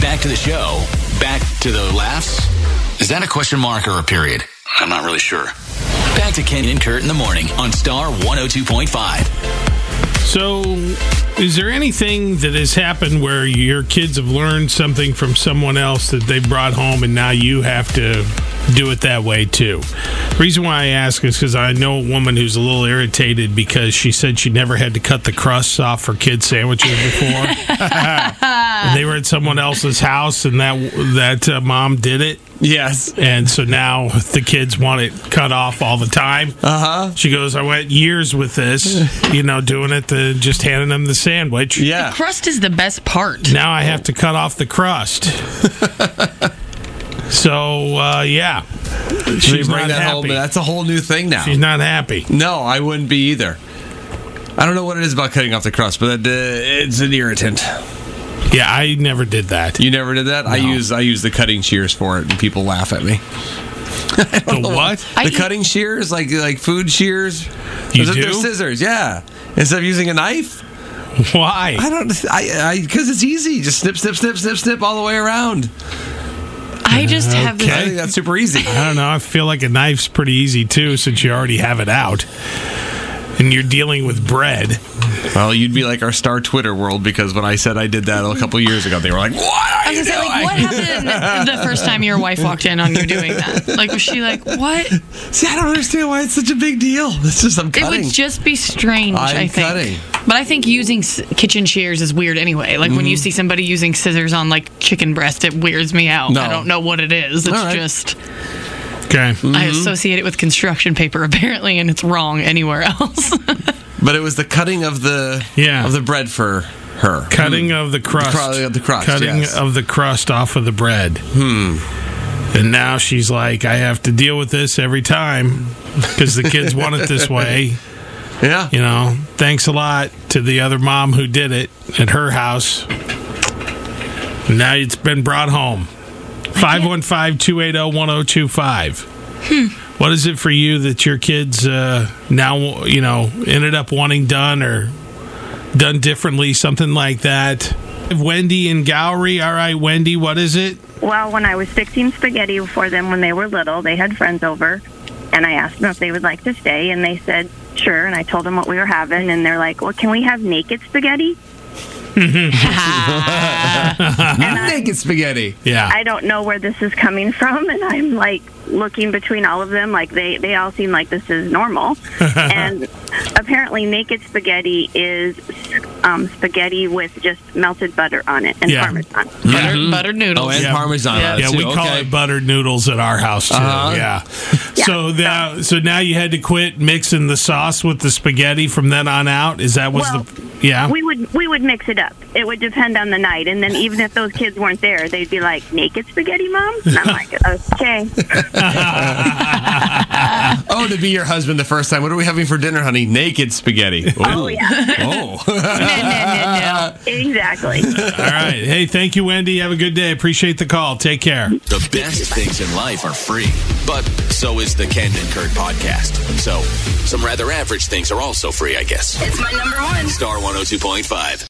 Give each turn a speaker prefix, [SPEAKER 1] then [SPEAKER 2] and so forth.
[SPEAKER 1] back to the show. Back to the laughs. Is that a question mark or a period? I'm not really sure. Back to Ken and Kurt in the morning on Star 102.5.
[SPEAKER 2] So, is there anything that has happened where your kids have learned something from someone else that they brought home and now you have to do it that way too? Reason why I ask is because I know a woman who's a little irritated because she said she never had to cut the crusts off her kids' sandwiches before. and they were at someone else's house and that that uh, mom did it.
[SPEAKER 3] Yes.
[SPEAKER 2] And so now the kids want it cut off all the time.
[SPEAKER 3] Uh-huh.
[SPEAKER 2] Uh huh. She goes, I went years with this, you know, doing it, the, just handing them the sandwich.
[SPEAKER 3] Yeah.
[SPEAKER 4] Crust is the best part.
[SPEAKER 2] Now I have to cut off the crust. so, uh, yeah.
[SPEAKER 3] They
[SPEAKER 2] She's
[SPEAKER 3] bring
[SPEAKER 2] not
[SPEAKER 3] that home,
[SPEAKER 2] happy.
[SPEAKER 3] but that's a whole new thing now.
[SPEAKER 2] She's not happy.
[SPEAKER 3] No, I wouldn't be either. I don't know what it is about cutting off the crust, but uh, it's an irritant.
[SPEAKER 2] Yeah, I never did that.
[SPEAKER 3] You never did that. I use I use the cutting shears for it, and people laugh at me.
[SPEAKER 2] The what?
[SPEAKER 4] I
[SPEAKER 3] the
[SPEAKER 4] eat-
[SPEAKER 3] cutting shears, like like food shears,
[SPEAKER 2] You
[SPEAKER 3] They're-
[SPEAKER 2] do?
[SPEAKER 3] they're scissors, yeah. Instead of using a knife, I
[SPEAKER 2] Why?
[SPEAKER 3] don't. I I because it's easy. Just snip, snip, snip, snip, snip all the way around.
[SPEAKER 4] I just have
[SPEAKER 3] I
[SPEAKER 4] this.
[SPEAKER 3] think that's super easy.
[SPEAKER 2] I don't know. I feel like a knife's pretty easy, too, since you already have it out. And you're dealing with bread.
[SPEAKER 3] Well, you'd be like our star Twitter world because when I said I did that a couple years ago, they were like, "What are
[SPEAKER 4] I
[SPEAKER 3] you
[SPEAKER 4] was
[SPEAKER 3] doing?"
[SPEAKER 4] gonna say, like, what happened the first time your wife walked in on you doing that? Like, was she like, what?
[SPEAKER 3] See, I don't understand why it's such a big deal. It's just I'm
[SPEAKER 4] It
[SPEAKER 3] cutting.
[SPEAKER 4] would just be strange,
[SPEAKER 3] I'm
[SPEAKER 4] i think.
[SPEAKER 3] cutting.
[SPEAKER 4] But I think using s- kitchen shears is weird anyway. Like when you
[SPEAKER 3] Mm-hmm.
[SPEAKER 4] see somebody using scissors on like chicken breast, it weirds me out.
[SPEAKER 3] No.
[SPEAKER 4] I don't know what it is. It's
[SPEAKER 3] All right.
[SPEAKER 4] just
[SPEAKER 2] Okay.
[SPEAKER 4] I
[SPEAKER 3] Mm-hmm.
[SPEAKER 4] associate it with construction paper apparently, and it's wrong anywhere else.
[SPEAKER 3] but it was the cutting of the
[SPEAKER 2] Yeah.
[SPEAKER 3] of the bread for her. Mm.
[SPEAKER 2] Cutting of the crust.
[SPEAKER 3] Cutting of the crust,
[SPEAKER 2] Cutting
[SPEAKER 3] yes.
[SPEAKER 2] of the crust off of the bread. Hmm. And now she's like, I have to deal with this every time because the kids want it this way.
[SPEAKER 3] Yeah.
[SPEAKER 2] You know, thanks a lot to the other mom who did it at her house. And now it's been brought home. 515 280 1025. What is it for you that your kids uh, now, you know, ended up wanting done or done differently, something like that? Wendy and Gowrie. All right, Wendy, what is it?
[SPEAKER 5] Well, when I was fixing spaghetti for them when they were little, they had friends over, and I asked them if they would like to stay, and they said sure. And I told them what we were having, and they're like, "Well, can we have naked spaghetti?"
[SPEAKER 3] Naked spaghetti.
[SPEAKER 2] Yeah.
[SPEAKER 5] I don't know where this is coming from, and I'm like looking between all of them, like they they all seem like this is normal, and apparently naked spaghetti is um, spaghetti with just melted butter on it and
[SPEAKER 2] Yeah.
[SPEAKER 5] parmesan.
[SPEAKER 4] Butter, buttered noodles.
[SPEAKER 3] Oh, and
[SPEAKER 2] Yeah.
[SPEAKER 3] parmesan.
[SPEAKER 4] Yeah.
[SPEAKER 3] on it,
[SPEAKER 2] Yeah,
[SPEAKER 3] too.
[SPEAKER 2] we call
[SPEAKER 3] Okay.
[SPEAKER 2] it buttered noodles at our house too.
[SPEAKER 3] Uh-huh.
[SPEAKER 2] Yeah. So now, so now you had to quit mixing the sauce with the spaghetti from then on out. Is that was
[SPEAKER 5] Well,
[SPEAKER 2] the yeah?
[SPEAKER 5] We would we would mix it up. It would depend on the night, and then even if those kids weren't there, they'd be like naked spaghetti, mom. And I'm like, okay,
[SPEAKER 3] Oh, to be your husband the first time. What are we having for dinner, honey? Naked spaghetti.
[SPEAKER 5] Oh, yeah.
[SPEAKER 3] Oh.
[SPEAKER 4] No, no, no, no.
[SPEAKER 5] exactly.
[SPEAKER 2] All right. Hey, thank you, Wendy. Have a good day. Appreciate the call. Take care.
[SPEAKER 1] The best things in life are free, but so is the Ken and Kurt podcast. So, some rather average things are also free, I guess. oh
[SPEAKER 6] It's my number one.
[SPEAKER 1] Star 102.5.